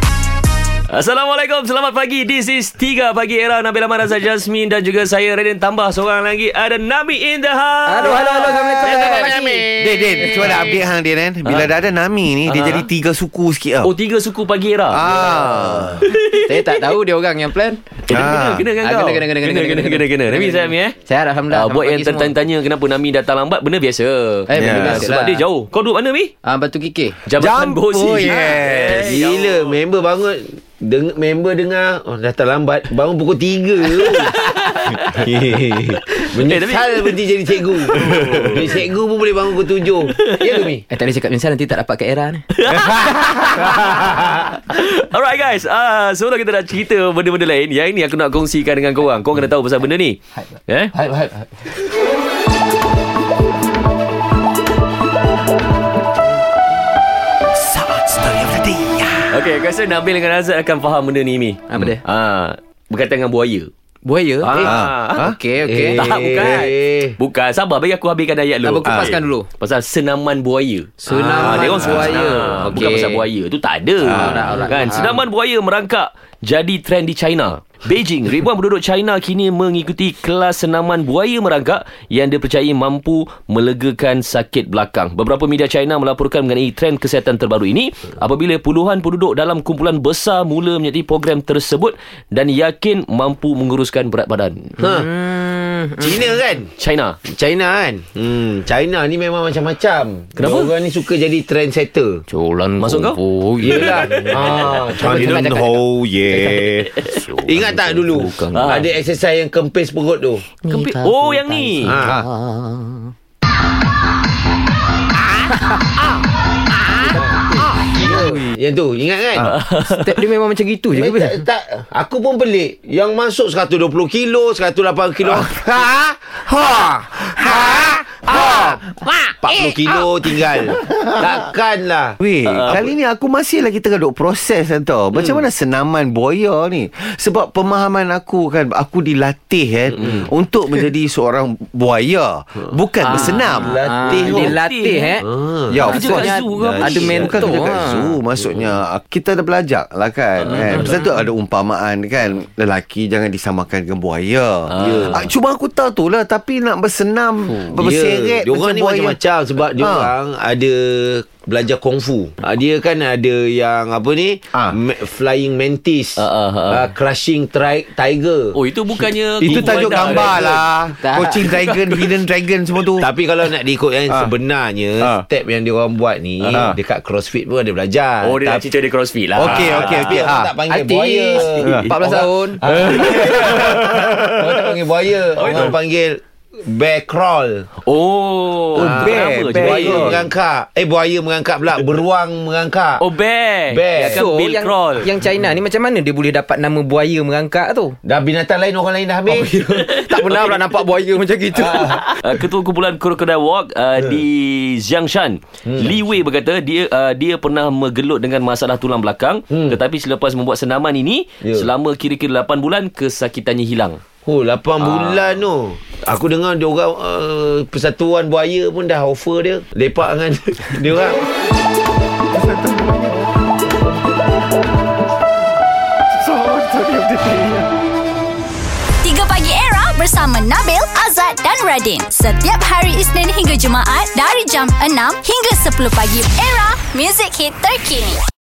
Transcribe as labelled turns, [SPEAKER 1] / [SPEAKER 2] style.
[SPEAKER 1] Assalamualaikum, selamat pagi. This is 3 Pagi Era Nabila Marasa Jasmine dan juga saya Redin tambah seorang lagi ada Nami in the house.
[SPEAKER 2] Halo, halo, halo. Assalamualaikum.
[SPEAKER 3] Din, Din, cuma nak update hang Din kan. Bila
[SPEAKER 1] Ah.
[SPEAKER 3] dah ada Nami ni, dia
[SPEAKER 1] Ah.
[SPEAKER 3] jadi tiga suku sikit tau.
[SPEAKER 1] Oh, tiga suku Pagi Era.
[SPEAKER 3] Ah.
[SPEAKER 2] Saya tak tahu dia orang yang plan.
[SPEAKER 1] Kena, kena,
[SPEAKER 3] Ah.
[SPEAKER 1] kena dengan
[SPEAKER 2] Ah,
[SPEAKER 1] kau.
[SPEAKER 2] kena, kena, kena,
[SPEAKER 1] kena, kena, kena, kena. Nami saya Ami eh.
[SPEAKER 2] Saya Alhamdulillah.
[SPEAKER 1] Ah, buat
[SPEAKER 2] Selamat
[SPEAKER 1] yang
[SPEAKER 2] pagi semua.
[SPEAKER 1] tertanya kenapa Nami datang lambat benda biasa.
[SPEAKER 2] Eh, benda
[SPEAKER 3] Ya.
[SPEAKER 2] biasa
[SPEAKER 1] Sebab
[SPEAKER 2] lah.
[SPEAKER 1] dia jauh. Kau duduk mana Mi?
[SPEAKER 2] Ah, batu kikir.
[SPEAKER 1] Jabatan Gosi.
[SPEAKER 3] Oh,
[SPEAKER 1] Eh,
[SPEAKER 3] yes.
[SPEAKER 1] ya
[SPEAKER 4] Gila member bangun deng- member dengar oh, datang lambat bangun pukul 3.
[SPEAKER 1] Eh,
[SPEAKER 4] Menyesal
[SPEAKER 1] tapi-
[SPEAKER 4] berhenti jadi cikgu. Jadi cikgu pun boleh bangun pukul 7. Ya ke Mi?
[SPEAKER 2] Eh, tadi cakap misal nanti tak dapat ke era ni.
[SPEAKER 1] Alright guys uh, Sebelum kita nak cerita Benda-benda lain Yang ini aku nak kongsikan dengan korang Korang kena tahu pasal benda ni Eh
[SPEAKER 2] Hype, hype.
[SPEAKER 5] Saat Story of the Day
[SPEAKER 1] Okay aku rasa Nabil dengan Azad akan faham benda ni Mi
[SPEAKER 2] Apa dia?
[SPEAKER 1] Ah, Berkaitan dengan buaya
[SPEAKER 2] Buaya? Eh,
[SPEAKER 1] Ah.
[SPEAKER 2] Okey, okey.
[SPEAKER 1] Eh, tak, bukan.
[SPEAKER 4] Eh.
[SPEAKER 1] Bukan. Sabar, bagi aku habiskan ayat dulu.
[SPEAKER 2] Abang kupaskan
[SPEAKER 1] Ah,
[SPEAKER 2] kan dulu.
[SPEAKER 1] Pasal senaman buaya.
[SPEAKER 2] Senaman
[SPEAKER 1] dia orang sebut
[SPEAKER 2] buaya.
[SPEAKER 1] senam. Bukan
[SPEAKER 2] Okey.
[SPEAKER 1] pasal buaya. Itu tak ada.
[SPEAKER 2] alright, alright.
[SPEAKER 1] Kan?
[SPEAKER 2] Ah.
[SPEAKER 1] Senaman buaya merangkak jadi trend di China. Beijing, ribuan penduduk China kini mengikuti kelas senaman buaya merangkak yang dipercayai mampu melegakan sakit belakang. Beberapa media China melaporkan mengenai trend kesihatan terbaru ini apabila puluhan penduduk dalam kumpulan besar mula menyertai program tersebut dan yakin mampu menguruskan berat badan.
[SPEAKER 4] Ha.
[SPEAKER 1] Hmm.
[SPEAKER 4] Cina kan?
[SPEAKER 1] China.
[SPEAKER 4] China kan? Hmm, China ni memang macam-macam. Kenapa? Orang ni suka jadi trendsetter.
[SPEAKER 1] Jolan Masuk kau? Ah,
[SPEAKER 4] Yelah. ha,
[SPEAKER 3] Ah,
[SPEAKER 4] macam-
[SPEAKER 3] dia don't know, yeah.
[SPEAKER 4] Ingat tak dulu?
[SPEAKER 1] Ah.
[SPEAKER 4] Ada exercise yang kempis perut tu.
[SPEAKER 1] Kempit. Oh yang ni.
[SPEAKER 4] Ha. Ah. Yang tu ingat kan?
[SPEAKER 2] Step dia memang macam gitu je ke?
[SPEAKER 4] Eh, tak, tak, aku pun pelik. Yang masuk 120 kilo, 108 kilo. Ha. Ha. Ha. Ha. 40 kilo tinggal. Takkanlah.
[SPEAKER 3] Weh, kali ni aku masih lagi tengah duk proses kan tau. Macam mana senaman boya ni? Sebab pemahaman aku kan, aku dilatih kan untuk menjadi seorang buaya. Bukan bersenam. Ah,
[SPEAKER 2] Latih. Ah, Dia latih, eh.
[SPEAKER 1] Ah.
[SPEAKER 3] Ya,
[SPEAKER 1] Kerja
[SPEAKER 3] of course.
[SPEAKER 1] kat zoo ke apa?
[SPEAKER 2] Ada mentor.
[SPEAKER 3] Bukan kerja kat
[SPEAKER 2] ha.
[SPEAKER 3] zoo Maksudnya ah, Kita dah belajar lah kan, kan? Pasal tu ada umpamaan kan Lelaki jangan disamakan dengan buaya ah. Cuma aku tahu tu lah Tapi nak bersenam Berseret
[SPEAKER 4] Ya, dia orang ni macam-macam sebab dia
[SPEAKER 3] Ha.
[SPEAKER 4] orang ada belajar kungfu. Ha, dia kan ada yang apa ni?
[SPEAKER 3] Ah.
[SPEAKER 4] Ma- flying mantis,
[SPEAKER 3] Ha,
[SPEAKER 1] Ah, ah, ah.
[SPEAKER 4] Ah, crushing tri- tiger.
[SPEAKER 1] Oh itu bukannya
[SPEAKER 3] Itu
[SPEAKER 1] Kung Fu
[SPEAKER 3] tajuk
[SPEAKER 1] Panda,
[SPEAKER 3] gambar
[SPEAKER 1] kan?
[SPEAKER 3] lah
[SPEAKER 2] Tak.
[SPEAKER 3] Coaching dragon Hidden dragon semua tu
[SPEAKER 4] Tapi kalau nak diikut yang
[SPEAKER 3] Ah.
[SPEAKER 4] sebenarnya
[SPEAKER 3] Ah.
[SPEAKER 4] step yang dia orang buat ni
[SPEAKER 3] Ah.
[SPEAKER 4] dekat CrossFit pun ada belajar.
[SPEAKER 1] Oh dia nak
[SPEAKER 4] Tapi- Ha.
[SPEAKER 1] cerita dia crossfit lah
[SPEAKER 3] Okey okey
[SPEAKER 4] Tapi
[SPEAKER 3] okey.
[SPEAKER 4] orang
[SPEAKER 3] Ah.
[SPEAKER 4] tak panggil buaya.
[SPEAKER 2] Artis. 14 tahun.
[SPEAKER 4] orang tak panggil buaya. Orang
[SPEAKER 3] Ha.
[SPEAKER 4] panggil bear crawl.
[SPEAKER 1] Oh
[SPEAKER 3] Oh,
[SPEAKER 1] ah, kenapa
[SPEAKER 3] bear,
[SPEAKER 1] je
[SPEAKER 3] bear.
[SPEAKER 4] Eh, Buaya
[SPEAKER 1] buaya?
[SPEAKER 4] merangkak. Eh buaya merangkak pula. Beruang merangkak.
[SPEAKER 1] Oh bear
[SPEAKER 4] Bear.
[SPEAKER 1] Dia akan Bill
[SPEAKER 2] yang,
[SPEAKER 1] Crawl
[SPEAKER 2] yang China ni macam mana dia boleh dapat nama buaya merangkak tu?
[SPEAKER 4] Dah binatang lain orang lain dah habis.
[SPEAKER 2] tak pernah pula nampak buaya macam gitu.
[SPEAKER 1] Uh, Ketua Kumpulan Crocodile Walk uh, di Jiangshan Li Wei berkata dia uh, dia pernah menggelut dengan masalah tulang belakang tetapi selepas membuat senaman ini
[SPEAKER 4] Ya.
[SPEAKER 1] selama kira-kira 8 bulan kesakitannya hilang.
[SPEAKER 4] Oh, 8 bulan tu. Aku dengar dia orang uh, persatuan buaya pun dah offer dia lepak dengan dia orang.
[SPEAKER 6] Tiga Pagi Era bersama Nabil, Azad dan Radin. Setiap hari Isnin hingga Jumaat dari jam 6 hingga 10 pagi. Era, music hit terkini.